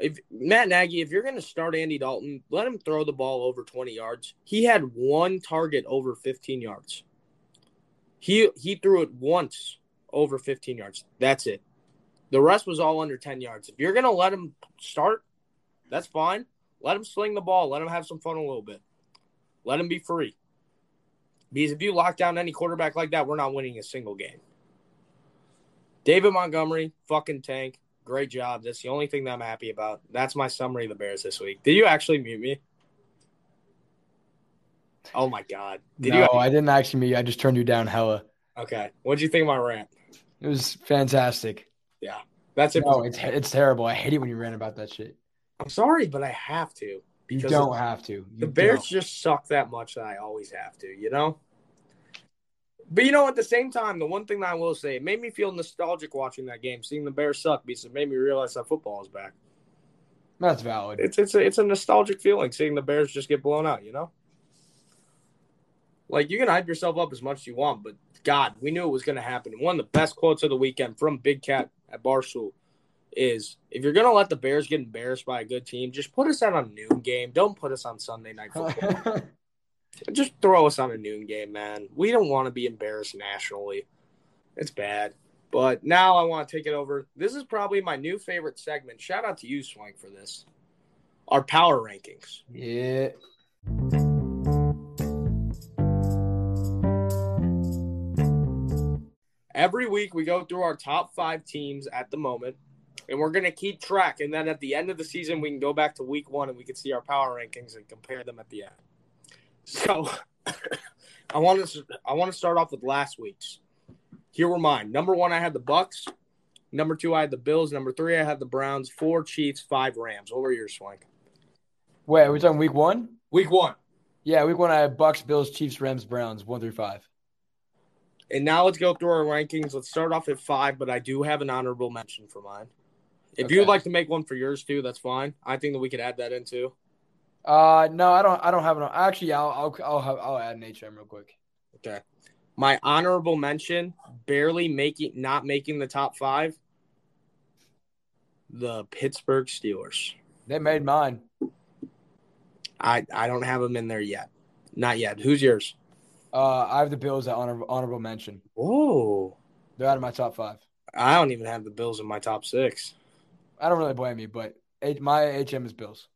if Matt Nagy, if you're going to start Andy Dalton, let him throw the ball over 20 yards. He had one target over 15 yards. He he threw it once over 15 yards. That's it. The rest was all under 10 yards. If you're going to let him start, that's fine. Let him sling the ball. Let him have some fun a little bit. Let him be free. Because if you lock down any quarterback like that, we're not winning a single game. David Montgomery, fucking tank. Great job. That's the only thing that I'm happy about. That's my summary of the Bears this week. Did you actually mute me? Oh my God. Did no, I didn't actually meet you. I just turned you down hella. you? Okay. What'd you think of my rant? It was fantastic. That's it. No, it's, it's terrible. I hate it when you rant about that shit. I'm sorry, but I have to. You Because don't have to. You the Bears don't. just suck that much that I always have to, you know? But you know, at the same time, the one thing that I will say, it made me feel nostalgic watching that game, seeing the Bears suck because it made me realize that football is back. That's valid. It's it's a, it's a nostalgic feeling seeing the Bears just get blown out, you know? Like you can hype yourself up as much as you want, but God, we knew it was going to happen. One of the best quotes of the weekend from Big Cat at Barstool is if you're going to let the Bears get embarrassed by a good team, just put us on a noon game. Don't put us on Sunday night football. Just throw us on a noon game, man. We don't want to be embarrassed nationally. It's bad. But now I want to take it over. This is probably my new favorite segment. Shout out to you, Swank, for this. Our power rankings. yeah. Every week we go through our top five teams at the moment, and we're going to keep track. And then at the end of the season, we can go back to week one and we can see our power rankings and compare them at the end. So I want to I want to start off with last week's. Here were mine. Number one, I had the Bucks. Number two, I had the Bills. Number three, I had the Browns. Four Chiefs, five Rams. What were yours, Swank? Wait, are we talking week one? Week one. Yeah, week one I have Bucks, Bills, Chiefs, Rams, Browns, one through five. And now let's go through our rankings. Let's start off at five, but I do have an honorable mention for mine. If Okay. you'd like to make one for yours too, that's fine. I think that we could add that in too. Uh, no, I don't. I don't have an. Actually, I'll. I'll. I'll, have, I'll add an HM real quick. Okay. My honorable mention, barely making not making the top five. The Pittsburgh Steelers. They made mine. I, I don't have them in there yet. Not yet. Who's yours? Uh, I have the Bills at honor, honorable mention. Oh. They're out of my top five. I don't even have the Bills in my top six. I don't really blame you, but H- my HM is Bills.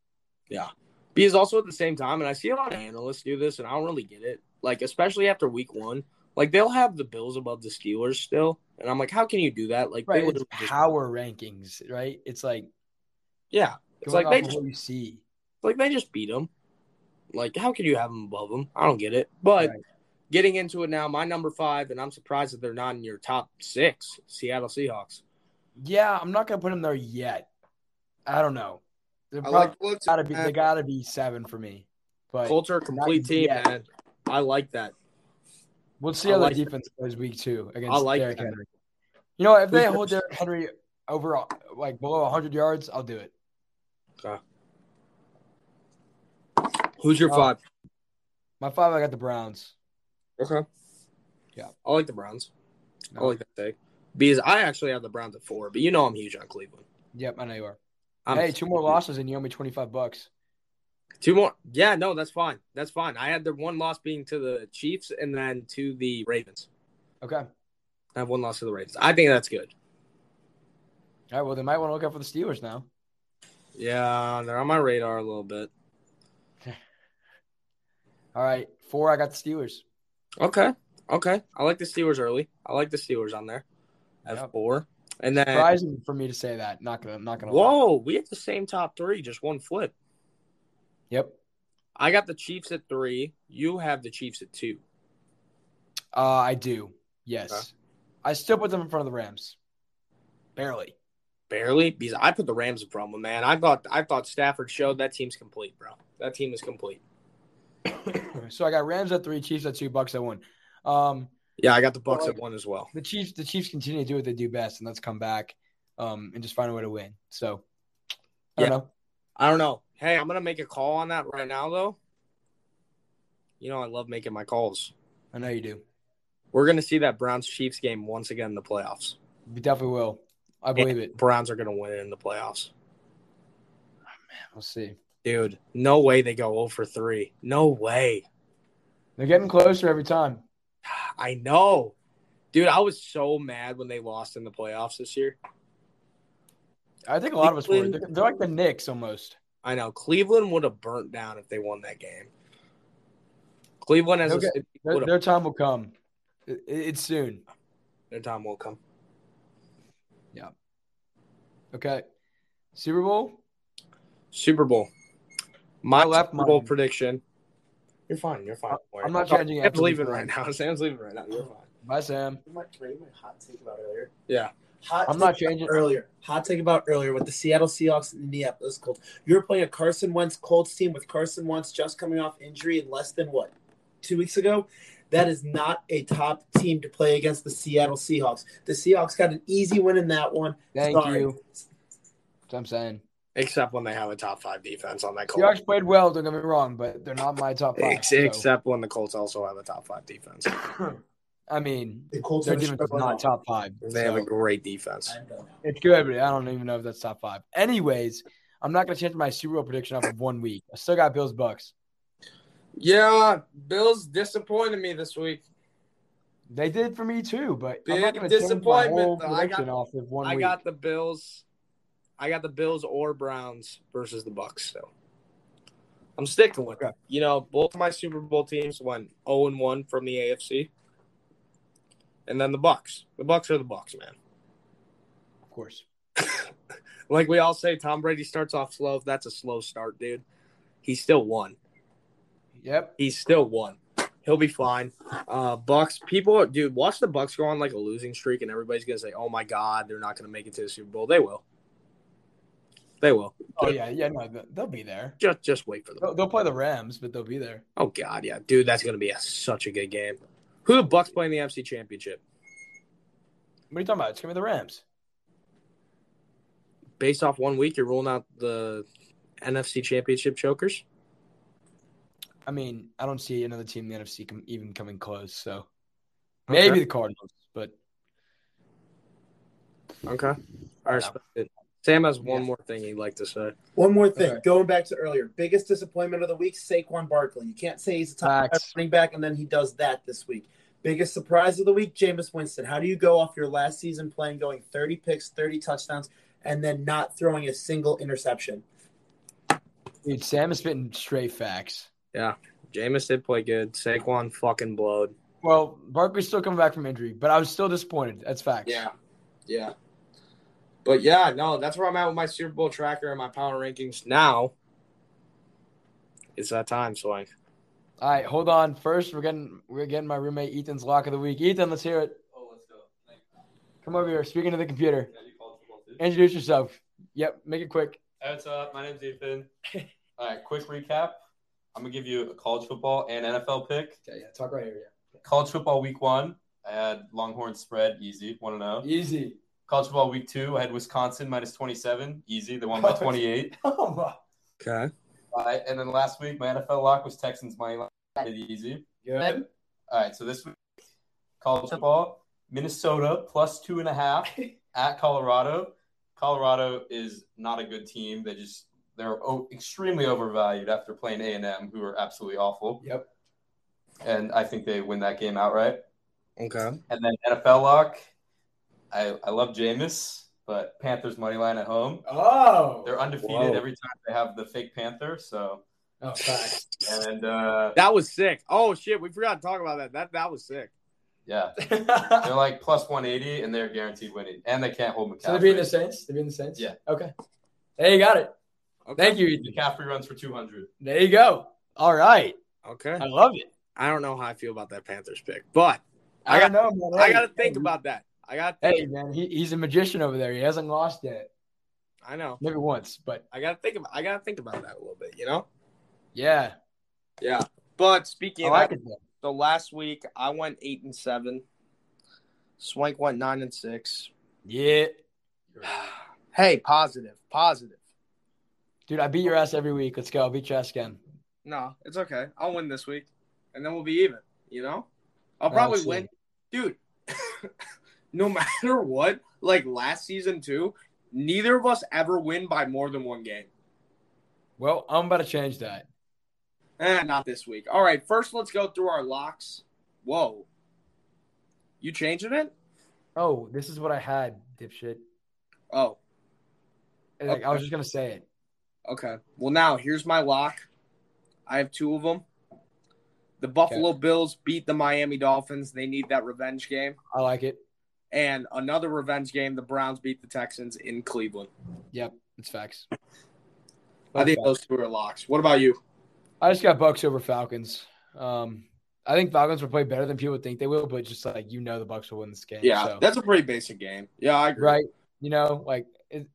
Because also at the same time, and I see a lot of analysts do this, and I don't really get it. Like, especially after week one, like they'll have the Bills above the Steelers still, and I'm like, how can you do that? Like, Right, they it's literally just- power rankings, right? It's like yeah, it's going like they off of just what you see. like they just beat them. Like, how can you have them above them? I don't get it. But Right. getting into it now, my number five, and I'm surprised that they're not in your top six, Seattle Seahawks. Yeah, I'm not gonna put them there yet. I don't know. They're I probably like the looks gotta be. that. They gotta be seven for me. But Colts are a complete team, yet. man. I like that. we'll see I how the like that. defense goes week two against I like Derrick that. Henry. You know, if they Who's hold Derrick Henry over uh, like below 100 yards, I'll do it. Who's your Oh. five? My five, I got the Browns. Okay. Yeah. I like the Browns. I No. like that take. Because I actually have the Browns at four, but you know I'm huge on Cleveland. Yep, I know you are. I'm hey, two more losses and you owe me 25 bucks. Two more. Yeah, no, that's fine. That's fine. I had the one loss being to the Chiefs and then to the Ravens. Okay. All I have one loss to the Ravens. I think that's good. right. Well, they might want to look out for the Steelers now. Yeah, they're on my radar a little bit. All right. Four, I got the Steelers. Okay. Okay. I like the Steelers early. I like the Steelers on there at Yep. four. And then Surprising for me to say that. Not gonna. Not gonna. lie. Whoa, we have the same top three, just one flip. Yep. I got the Chiefs at three. You have the Chiefs at two. Uh, I do. Yes. Okay. I still put them in front of the Rams. Barely. Barely, because I put the Rams in front of them, man. I thought I thought Stafford showed that team's complete, bro. That team is complete. so I got Rams at three, Chiefs at two, Bucks at one. Um, Yeah, I got the Bucks at one as well. the Chiefs, the Chiefs continue to do what they do best, and that's come back, um, and just find a way to win. So, I don't know. I don't know. Hey, I'm gonna make a call on that right now, though. You know, I love making my calls. I know you do. We're gonna see that Browns Chiefs game once again in the playoffs. We definitely will. I believe it. Browns are gonna win it in the playoffs, We'll see. dude. No way they go 0 for three. No way. They're getting closer every time. I know, dude. I was so mad when they lost in the playoffs this year. I think a lot of us were. Cleveland- They're, they're like the Knicks almost. I know Cleveland would have burnt down if they won that game. Cleveland has Okay. a city Their, would've- their time will come. It- it's soon. their time will come. Okay. Super Bowl. Super Bowl. My I left Super Bowl mine. prediction. You're fine. You're fine. Don't worry. I'm not changing Sam's it. leaving right now. Sam's leaving right now. You're fine. Bye, Sam. My, my hot take about earlier. Yeah. Hot I'm take not changing. earlier. Hot take about earlier with the Seattle Seahawks and Indianapolis Colts. You're playing a Carson Wentz Colts team with Carson Wentz just coming off injury in less than what two weeks ago. That is not a top team to play against the Seattle Seahawks. The Seahawks got an easy win in that one. Thank Sorry. you. That's what I'm saying. Except when they have a top five defense on that Colts. Seahawks played well. Don't get me wrong, but they're not my top five. Ex- so, Except when the Colts also have a top five defense. I mean, The Colts their are defense is struggling not off. top five. They have a so. great defense. I'm done. It's good, but I don't even know if that's top five. Anyways, I'm not going to change my Super Bowl prediction off of one week. I still got Bills Bucks. Yeah, Bills disappointed me this week. They did for me too, but I'm Big not going to change my disappointment, whole though. I got- prediction off of one I week. got the Bills. I got the Bills or Browns versus the Bucks. So I'm sticking with it. You know, both my Super Bowl teams went 0 and 1 from the AFC, and then the Bucks. The Bucks are the Bucks, man. of course. Like we all say, Tom Brady starts off slow. That's a slow start, dude. He still won. Yep. He still won. He'll be fine. Uh Bucks people, dude, watch the Bucks go on like a losing streak, and everybody's gonna say, "Oh my God, they're not gonna make it to the Super Bowl." They will. They will. Oh yeah, yeah. No, they- they'll be there. Just just wait for them. They'll, they'll play the Rams, but they'll be there. Oh God, yeah, dude, that's gonna be a, such a good game. Who the Bucks playing the NFC Championship? What are you talking about? It's going to be the Rams. Based off one week, you're ruling out the NFC Championship chokers. I mean, I don't see another team in the NFC com- even coming close. So maybe the Cardinals, but Okay, I respect it. Sam has one more thing he'd like to say. One more thing, Okay. going back to earlier, biggest disappointment of the week: Saquon Barkley. You can't say he's a top Facts. running back, and then he does that this week. Biggest surprise of the week: Jameis Winston. How do you go off your last season playing, going thirty picks, thirty touchdowns, and then not throwing a single interception? dude, Sam is spitting straight facts. Jameis did play good. Saquon fucking blowed. Well, Barkley's still coming back from injury, but I was still disappointed. That's facts. yeah. But yeah, no, that's where I'm at with my Super Bowl tracker and my power rankings. Now, it's that time, Swank. All right, hold on. First, we're getting we're getting my roommate Ethan's lock of the week. Ethan, let's hear it. Oh, let's go. Thank Come over here. Speaking to the computer. you. Now you called football too. Introduce yourself. Yep, make it quick. Hey, what's up? My name's Ethan. All right, quick recap. I'm gonna give you a college football and NFL pick. Okay, yeah, talk right here. College football week one, I had Longhorn spread, easy, one and zero. Easy. College football week two, I had Wisconsin minus twenty seven, easy. They won by twenty eight. Oh my. Okay. All right, and then last week my NFL lock was Texans money line, pretty easy. Good. All right, so this week, college football, Minnesota plus two and a half at Colorado. Colorado is not a good team. They just they're o- extremely overvalued after playing A and M, who are absolutely awful. Yep. And I think they win that game outright. Okay. And then NFL lock, I I love Jameis, but Panthers money line at home. Oh. They're Whoa. undefeated every time they have the fake Panther. So Oh, facts. and uh, That was sick. Oh shit, we forgot to talk about that. That that was sick. yeah, so they're like plus one eighty, and they're guaranteed winning, and they can't hold McCaffrey. they're being the Saints. They're being the Saints. Yeah. Okay. There you got it. Okay. Thank you, Ethan. McCaffrey runs for two hundred. There you go. All right. Okay. I love it. I don't know how I feel about that Panthers pick, but I, I got- don't know. man. I Hey. gotta think about that. I got to Hey man, he, he's a magician over there. He hasn't lost yet. I know. Maybe once, but I gotta think about I gotta think about that a little bit, you know? yeah. Yeah. But speaking I of like it. though. so last week I went eight and seven. Swank went nine and six. Yeah. hey, positive. Positive. Dude, I beat your ass every week. Let's go. I'll beat your ass again. No, it's okay. I'll win this week. And then we'll be even, you know? I'll Oh, probably I see. win. Dude, no matter what, like last season too, neither of us ever win by more than one game. Well, I'm about to change that. Eh, not this week. All right, first let's go through our locks. Whoa. You changing it? Oh, this is what I had, dipshit. Oh. Like, I was just gonna say it. Okay. Well, now here's my lock. I have two of them. The Buffalo Bills beat the Miami Dolphins. They need that revenge game. I like it. And another revenge game, the Browns beat the Texans in Cleveland. Yep, it's facts. I think those two are locks. What about you? I just got Bucks over Falcons. Um, I think Falcons will play better than people think they will, but just like you know, the Bucks will win this game. Yeah, so, that's a pretty basic game. Yeah, I agree. right. You know, like it,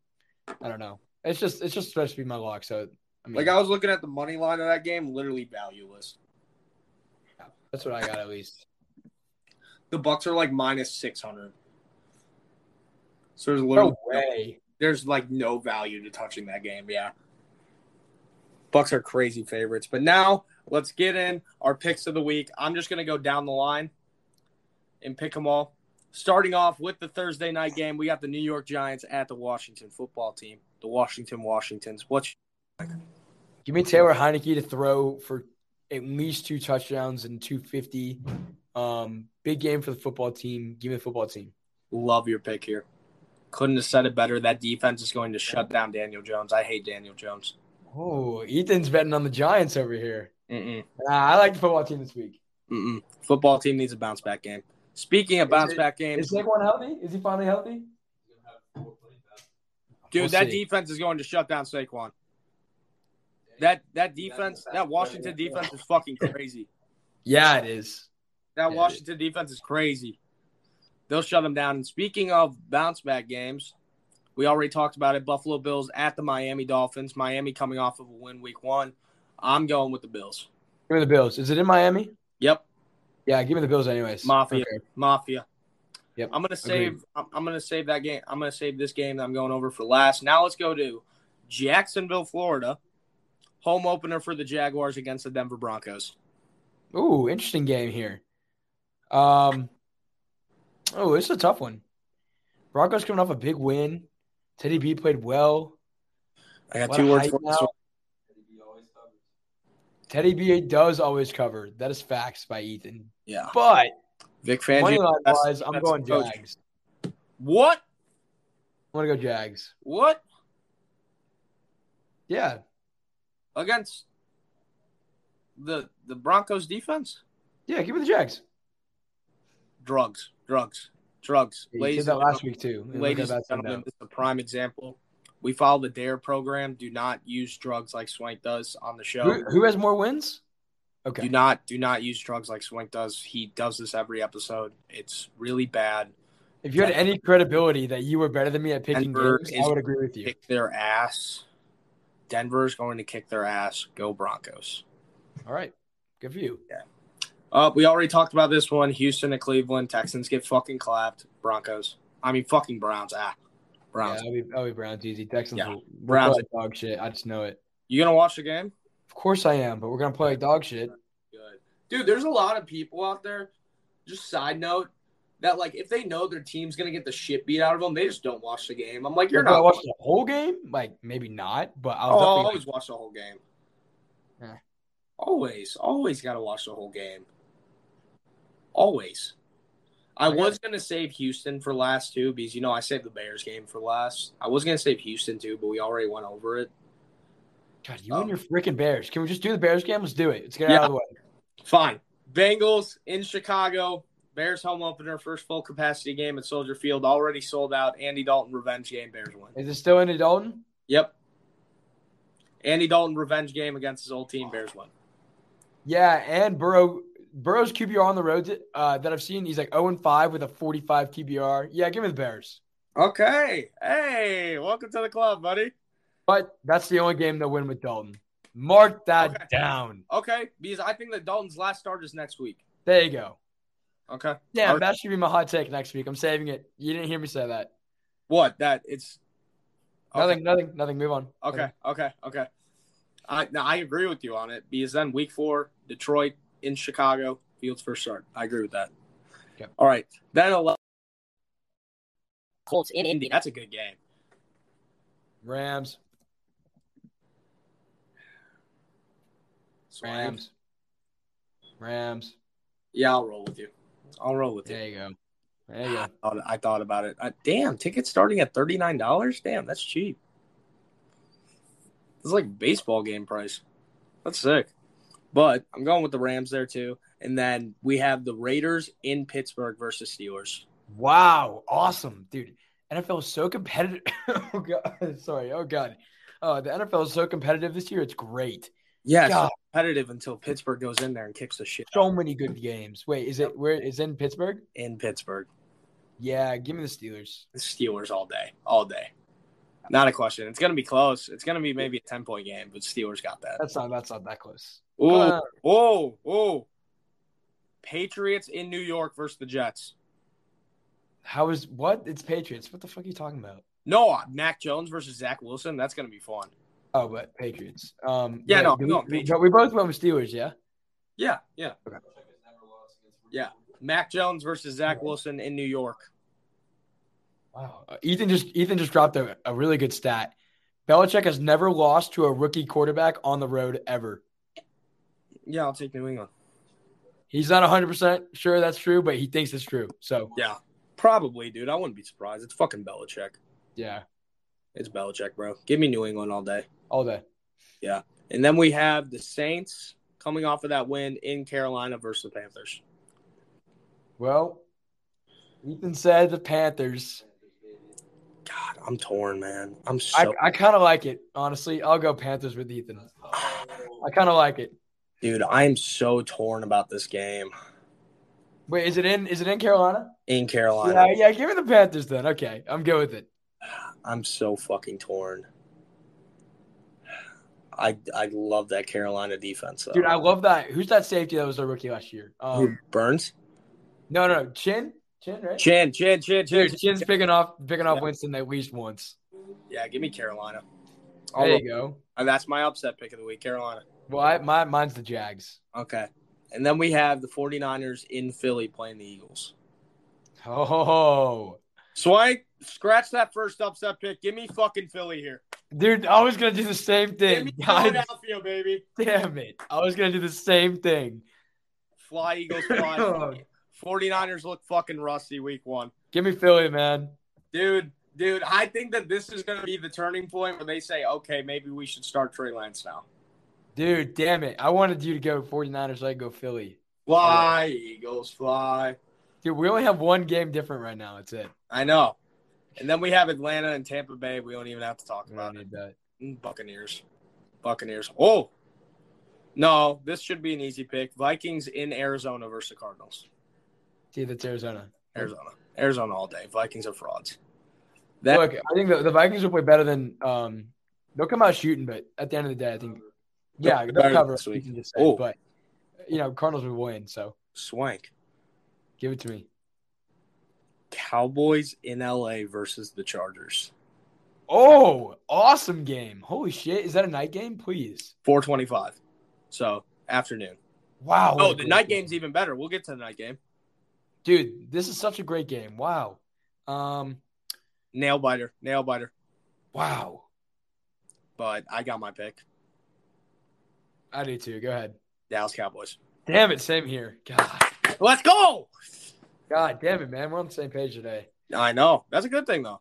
I don't know. It's just it's just supposed to be my lock. So I mean, Like I was looking at the money line of that game, literally valueless. that's what I got at least. The Bucks are like minus six hundred. So there's literally No way. there's like no value to touching that game. Yeah. Bucks are crazy favorites. But now let's get in our picks of the week. I'm just going to go down the line and pick them all. Starting off with the Thursday night game, we got the New York Giants at the Washington football team, the Washington Washingtons. What's Give me Taylor Heineke to throw for at least two touchdowns and two fifty. Um, big game for the football team. Give me the football team. love your pick here? Couldn't have said it better. That defense is going to shut down Daniel Jones. I hate Daniel Jones. Oh, Ethan's betting on the Giants over here. Mm-mm. Nah, I like the football team this week. Mm-mm. Football team needs a bounce back game. Speaking of Is bounce it- back games, Is Saquon healthy? Is he finally healthy? Dude, We'll that see. defense is going to shut down Saquon. That that defense, that Washington defense is fucking crazy. Yeah, it is. That Yeah. Washington defense is crazy. They'll shut them down. And speaking of bounce back games, we already talked about it. Buffalo Bills at the Miami Dolphins. Miami coming off of a win week one. I'm going with the Bills. Give me the Bills. Is it in Miami? Yep, Yeah, give me the Bills anyways. Mafia. Okay. Mafia. Yep, I'm gonna save. I'm, I'm gonna save that game. I'm gonna save this game that I'm going over for last. Now let's go to Jacksonville, Florida, home opener for the Jaguars against the Denver Broncos. Ooh, interesting game here. Um, oh, this is a tough one. Broncos coming off a big win. Teddy B played well. I got What two a words hype for this now. one. Teddy B does always cover. That is facts by Ethan. Yeah, But Vic money Fangio. line that's- wise, I'm that's going coach. Jags. What? I'm gonna go Jags. What Yeah, against the the Broncos defense? yeah. Give me the Jags. Drugs, drugs, drugs. You Ladies did that and last week too. And look Ladies at and that gentlemen, sundown. this is a prime example. We follow the DARE program. Do not use drugs like Swank does on the show. Who, who has more wins? Okay. Do not do not use drugs like Swank does. He does this every episode. It's really bad. If you had any credibility that you were better than me at picking Denver games, is- I would agree with you. Kick their ass. Denver's going to kick their ass. Go Broncos. All right, good for you. Uh, we already talked about this one. Houston and Cleveland. Texans get fucking clapped. Broncos. I mean fucking Browns. Ah. Yeah, Browns. I'll be, I'll be Browns easy. Texans, Yeah, will- we're Browns. playing dog shit. I just know it. You gonna watch the game? Of course I am, but we're gonna play like dog shit. good. Dude, there's a lot of people out there, just side note, that like if they know their team's gonna get the shit beat out of them, they just don't watch the game. I'm like, you're Like, do I not watch the whole game. Like maybe not, but Oh, I'll I'll definitely. always watch the whole game. Yeah. Always, always gotta watch the whole game. Always. I Okay. was gonna save Houston for last too, because you know I saved the Bears game for last. I was gonna save Houston too, but we already went over it. God, you and your freaking Bears. Can we just do the Bears game? Let's do it. Let's get it out of the way. Fine. Bengals in Chicago. Bears home opener, first full capacity game at Soldier Field, already sold out. Andy Dalton revenge game. Bears win. Is it still in Dalton? Yep. Andy Dalton revenge game against his old team. Bears win. Yeah, and Burrow. Burrow's QBR on the road uh, that I've seen, he's like 0 and 5 with a 45 QBR. Yeah, give me the Bears. Okay. Hey, welcome to the club, buddy. But that's the only game they'll win with Dalton. Mark that Okay. down. Okay, because I think that Dalton's last start is next week. There you go. Okay. Yeah, Alright. that should be my hot take next week. I'm saving it. You didn't hear me say that. What? That it's Nothing, nothing, nothing. Move on. Okay, okay, okay. I no, I agree with you on it because then week four, Detroit in Chicago, Fields first start. I agree with that. Okay. All right, then 11, Colts in Indy. Indy. That's a good game. Rams, So I am- Rams, Rams. Yeah, I'll roll with you. I'll roll with you. There you go. There you go. I thought- I thought about it. I, damn, tickets starting at thirty nine dollars. Damn, that's cheap. It's like baseball game price. That's sick. But I'm going with the Rams there too. And then we have the Raiders in Pittsburgh versus Steelers. Wow, awesome, dude. NFL is so competitive. oh god, sorry. Oh god. Oh, the NFL is so competitive this year. It's great. Yeah, it's God. competitive until Pittsburgh goes in there and kicks the shit So many good games. Wait, is it where is it in Pittsburgh? in Pittsburgh. Yeah, give me the Steelers. The Steelers all day, all day. Not a question. It's gonna be close. It's gonna be maybe a ten point game, but Steelers got that. That's not that's not that close. Oh, Uh, oh, oh! Patriots in New York versus the Jets. How is what? It's Patriots. What the fuck are you talking about? No, Mac Jones versus Zach Wilson. That's gonna be fun. Oh, but Patriots. Um, Yeah, no, we, no, we- Patriots. we both went with Steelers. Yeah, Yeah, yeah. Mac Jones versus Zach Wilson in New York. Wow. Uh, Ethan just Ethan just dropped a, a really good stat. Belichick has never lost to a rookie quarterback on the road ever. Yeah, I'll take New England. He's not 100% sure that's true, but he thinks it's true. So, Yeah, probably, dude. I wouldn't be surprised. It's fucking Belichick. yeah, It's Belichick, bro. Give me New England all day. all day. And then we have the Saints coming off of that win in Carolina versus the Panthers. Well, Ethan said the Panthers. God, I'm torn, man. I'm I, so I kind of like it, honestly. I'll go Panthers with Ethan. I kind of like it. dude, I'm so torn about this game Wait, is it in is it in Carolina? in Carolina. Yeah, yeah, give me the Panthers then. Okay, I'm good with it. I'm so fucking torn. I I love that Carolina defense though. Dude, I love that. Who's that safety that was their rookie last year? Um, Who, Burns. no, no, no, Chin, Chin, right? Chin, chin, chin, chin. Dude, Chin's picking off picking off Winston at least once. Yeah, give me Carolina. All There of- you go. uh, that's my upset pick of the week, Carolina. Well, I, my mine's the Jags. Okay. And then we have the 49ers in Philly playing the Eagles. Oh, Swank, scratch that first upset pick. Give me fucking Philly here. dude, I was gonna do the same Give thing. me God Philadelphia, baby. damn it, I was gonna do the same thing. Fly Eagles fly. 49ers look fucking rusty week one. Give me Philly, man. Dude, dude, I think that this is going to be the turning point where they say, okay, maybe we should start Trey Lance now. Dude, damn it. I wanted you to go 49ers, so I could go Philly. Fly, Eagles, fly. Dude, we only have one game different right now. That's it. I know. And then we have Atlanta and Tampa Bay. We don't even have to talk We don't about it. need that. Mm, Buccaneers. Buccaneers. Oh, no, this should be an easy pick. Vikings in Arizona versus the Cardinals. Dude, that's Arizona. Arizona. Arizona all day. Vikings are frauds. That Look, I think the, the Vikings will play better than um they'll come out shooting, but at the end of the day, I think They'll yeah, play they'll better cover this you week. can just Oh. say, but you know, Cardinals will win, so swank. give it to me. Cowboys in LA versus the Chargers. Oh, awesome game. Holy shit. Is that a night game? Please. 425. So afternoon. Wow. what Oh, a the great night game. game's even better. We'll get to the night game. Dude, this is such a great game. Wow. Um, Nail biter. Nail biter. wow. But I got my pick. I do too. Go ahead. Dallas Cowboys. Damn it, same here. God. Let's go. God damn it, man. We're on the same page today. I know. That's a good thing though.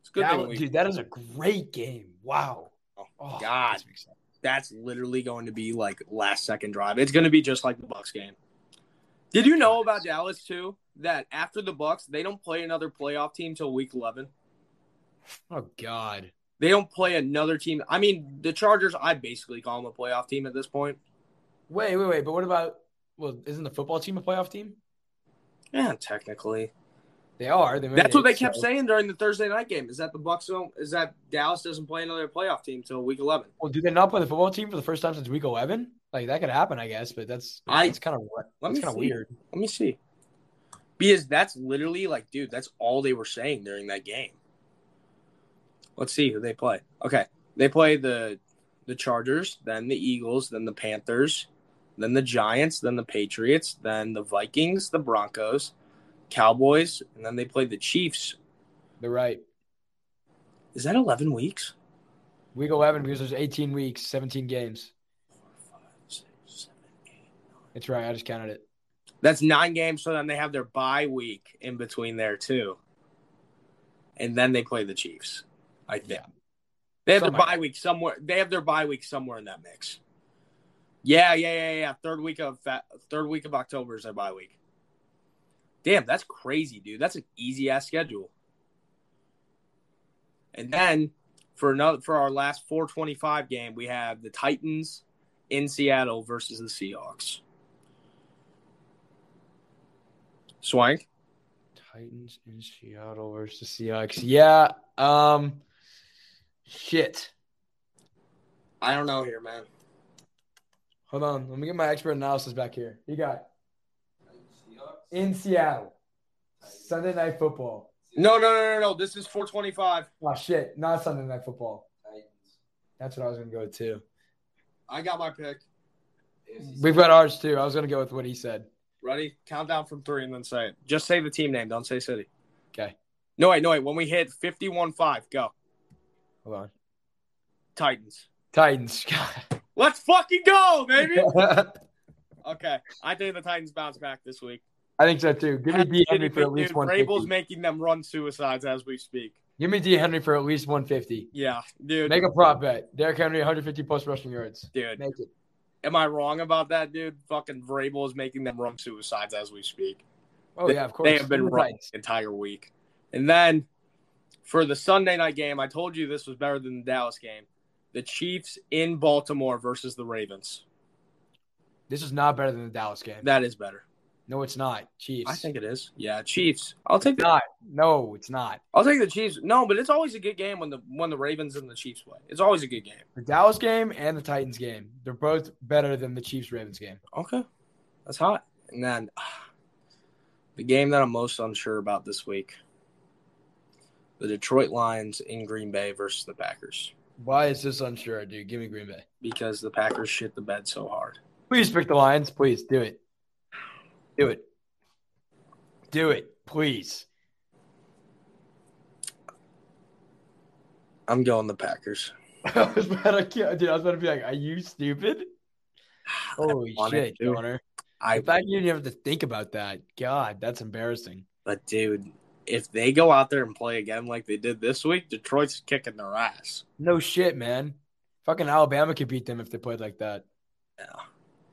It's a good That- thing. we- dude, that is a great game. Wow. Oh, Oh, God. that's exciting. that's literally going to be like last second drive. It's going to be just like the Bucks game. Did you know about Dallas too? That after the Bucks, they don't play another playoff team till week eleven. Oh, God. They don't play another team. I mean, the Chargers. I basically call them a playoff team at this point. Wait, wait, wait. But what about, well, isn't the football team a playoff team? Yeah, technically. They are. They made That's what it, they kept so- saying during the Thursday night game. Is that the Bucks don't? Is that Dallas doesn't play another playoff team till week eleven? Well, do they not play the football team for the first time since week 11? Like, that could happen, I guess, but that's, I- that's kind of Let that's me kind of see. weird. Let me see. Because that's literally like, dude, that's all they were saying during that game. Let's see who they play. Okay. They play the the Chargers, then the Eagles, then the Panthers, then the Giants, then the Patriots, then the Vikings, the Broncos, Cowboys, and then they play the Chiefs. They're right. Is that eleven weeks? Week 11, because there's 18 weeks, 17 games. Four, five, six, seven, eight. That's right. I just counted it. That's nine games, so then they have their bye week in between there too. And then they play the Chiefs. I think. They have Somewhere. their bye week somewhere. They have their bye week somewhere in that mix. Yeah, yeah, yeah, yeah. Third week of fa- third week of October is their bye week. Damn, that's crazy, dude. That's an easy ass schedule. And then for another for our last 425 game, we have the Titans in Seattle versus the Seahawks. Swank. Titans in Seattle versus Seahawks. Yeah. Um. Shit. I don't know here, man. Hold on. Let me get my expert analysis back here. You got it. in Seattle Sunday Night Football. No, no, no, no, no. This is 425. Oh shit! Not Sunday Night Football. That's what I was gonna go to. I got my pick. We've got ours too. I was gonna go with what he said. Ready? Count down from three and then say it. Just say the team name. Don't say city. Okay. No, wait, no, wait. When we hit 51 5, go. Hold on. Titans. Titans. Let's fucking go, baby. I okay. I think the Titans bounce back this week. think so too. Give me Have D to Henry be for at good, least dude. one Vrabel's fifty. making them run suicides as we speak. Give me D Henry for at least one fifty. Yeah, dude. Make a prop bet. Derrick Henry 150 plus rushing yards. dude. Make it. Am I wrong about that, dude? Fucking Vrabel is making them run suicides as we speak. Oh yeah, of course. They have been Give me the right Titans. the entire week. And then for the Sunday night game, I told you this was better than the Dallas game. The Chiefs in Baltimore versus the Ravens. This is not better than the Dallas game. That is better. No, it's not. Chiefs. I think it is. Yeah, Chiefs. I'll take It's the, not. No, it's not. I'll take the Chiefs. No, but it's always a good game when the when the Ravens and the Chiefs play. It's always a good game. The Dallas game and the Titans game. They're both better than the Chiefs Ravens game. Okay. That's hot. And then ah, the game that I'm most unsure about this week. The Detroit Lions in Green Bay versus the Packers. Why is this unsure, dude? Give me Green Bay. Because the Packers shit the bed so hard. Please pick the Lions. Please do it. Do it. Do it. Please. I'm going the Packers. I was about to, kill- dude, I was about to be like, are you stupid? Holy wanted shit, to. Connor. I The fact you didn't have to think about that, God, that's embarrassing. but dude, if they go out there and play again like they did this week, Detroit's kicking their ass. No shit, man. Fucking Alabama could beat them if they played like that.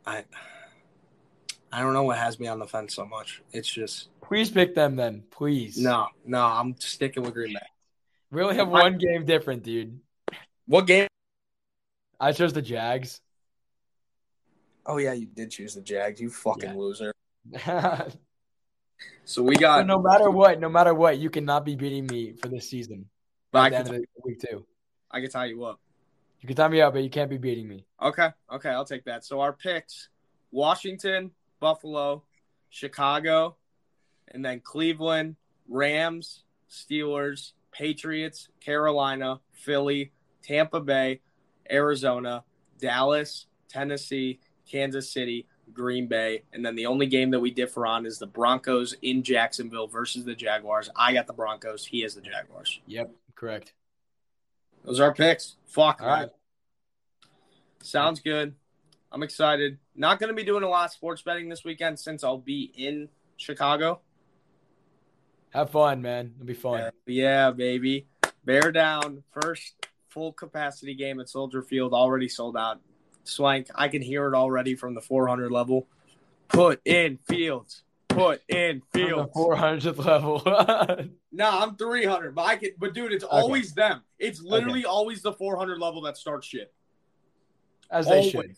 I I don't know what has me on the fence so much. It's just Please pick them then, please. no, no. I'm sticking with Green Bay. We only have I- one game different, dude. What game? I chose the Jags. Oh yeah, you did choose the Jags. You fucking Yeah. loser. But So we got. no matter what, no matter what, you cannot be beating me for this season. but By I the end of can, the week two. I can tie you up. You can tie me up, but you can't be beating me. Okay, okay, I'll take that. So our picks: Washington, Buffalo, Chicago, and then Cleveland, Rams, Steelers, Patriots, Carolina, Philly, Tampa Bay, Arizona, Dallas, Tennessee, Kansas City, Green Bay, and then the only game that we differ on is the Broncos in Jacksonville versus the Jaguars. I got the Broncos. He has the Jaguars. Yep, correct. Those are our picks. Fuck. All man. right. Sounds good. I'm excited. Not going to be doing a lot of sports betting this weekend since I'll be in Chicago. Have fun, man. It'll be fun. Uh, yeah, baby. Bear down. First full capacity game at Soldier Field already sold out. Swank, I can hear it already from the 400 level. Put in fields. Put in From the fields. 400th level. No, I'm 300, but I can. But dude, it's Okay. always them. It's literally always the 400 level that starts shit. As they always, should.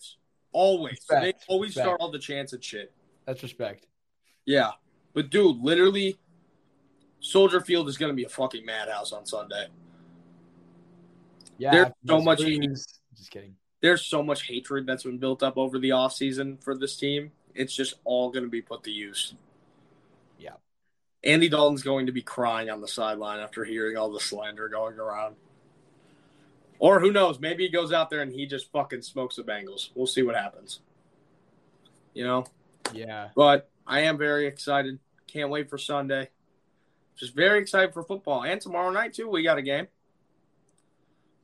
always. Respect. They always Respect. start all the chance at shit. That's respect. Yeah. But dude, literally Soldier Field is gonna be a fucking madhouse on Sunday. Yeah. There's after so this much- lose- Just kidding. There's so much hatred that's been built up over the offseason for this team. It's just all gonna be put to use. Yeah. Andy Dalton's going to be crying on the sideline after hearing all the slander going around. Or who knows, maybe he goes out there and he just fucking smokes the Bengals. We'll see what happens. You know? Yeah. But I am very excited. Can't wait for Sunday. Just very excited for football. And tomorrow night, too, we got a game.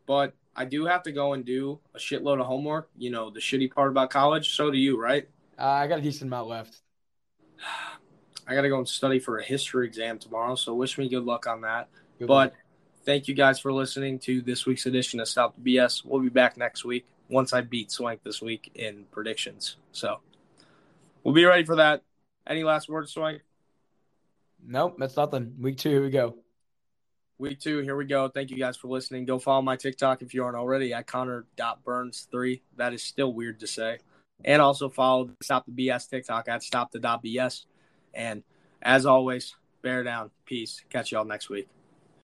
But I do have to go and do a shitload of homework. You know, the shitty part about college. So do you, right? Uh, I got a decent amount left. I got to go and study for a history exam tomorrow. So wish me good luck on that. Good But Thank you guys for listening to this week's edition of Stop the BS. We'll be back next week once I beat Swank this week in predictions. So we'll be ready for that. Any last words, Swank? Nope, that's nothing. Week two, here we go. Week two, here we go. Thank you guys for listening. Go follow my TikTok if you aren't already at Connor.Burns3. That is still weird to say. And also follow the Stop the BS TikTok at Stop the dot BS. And as always, bear down. Peace. Catch y'all next week.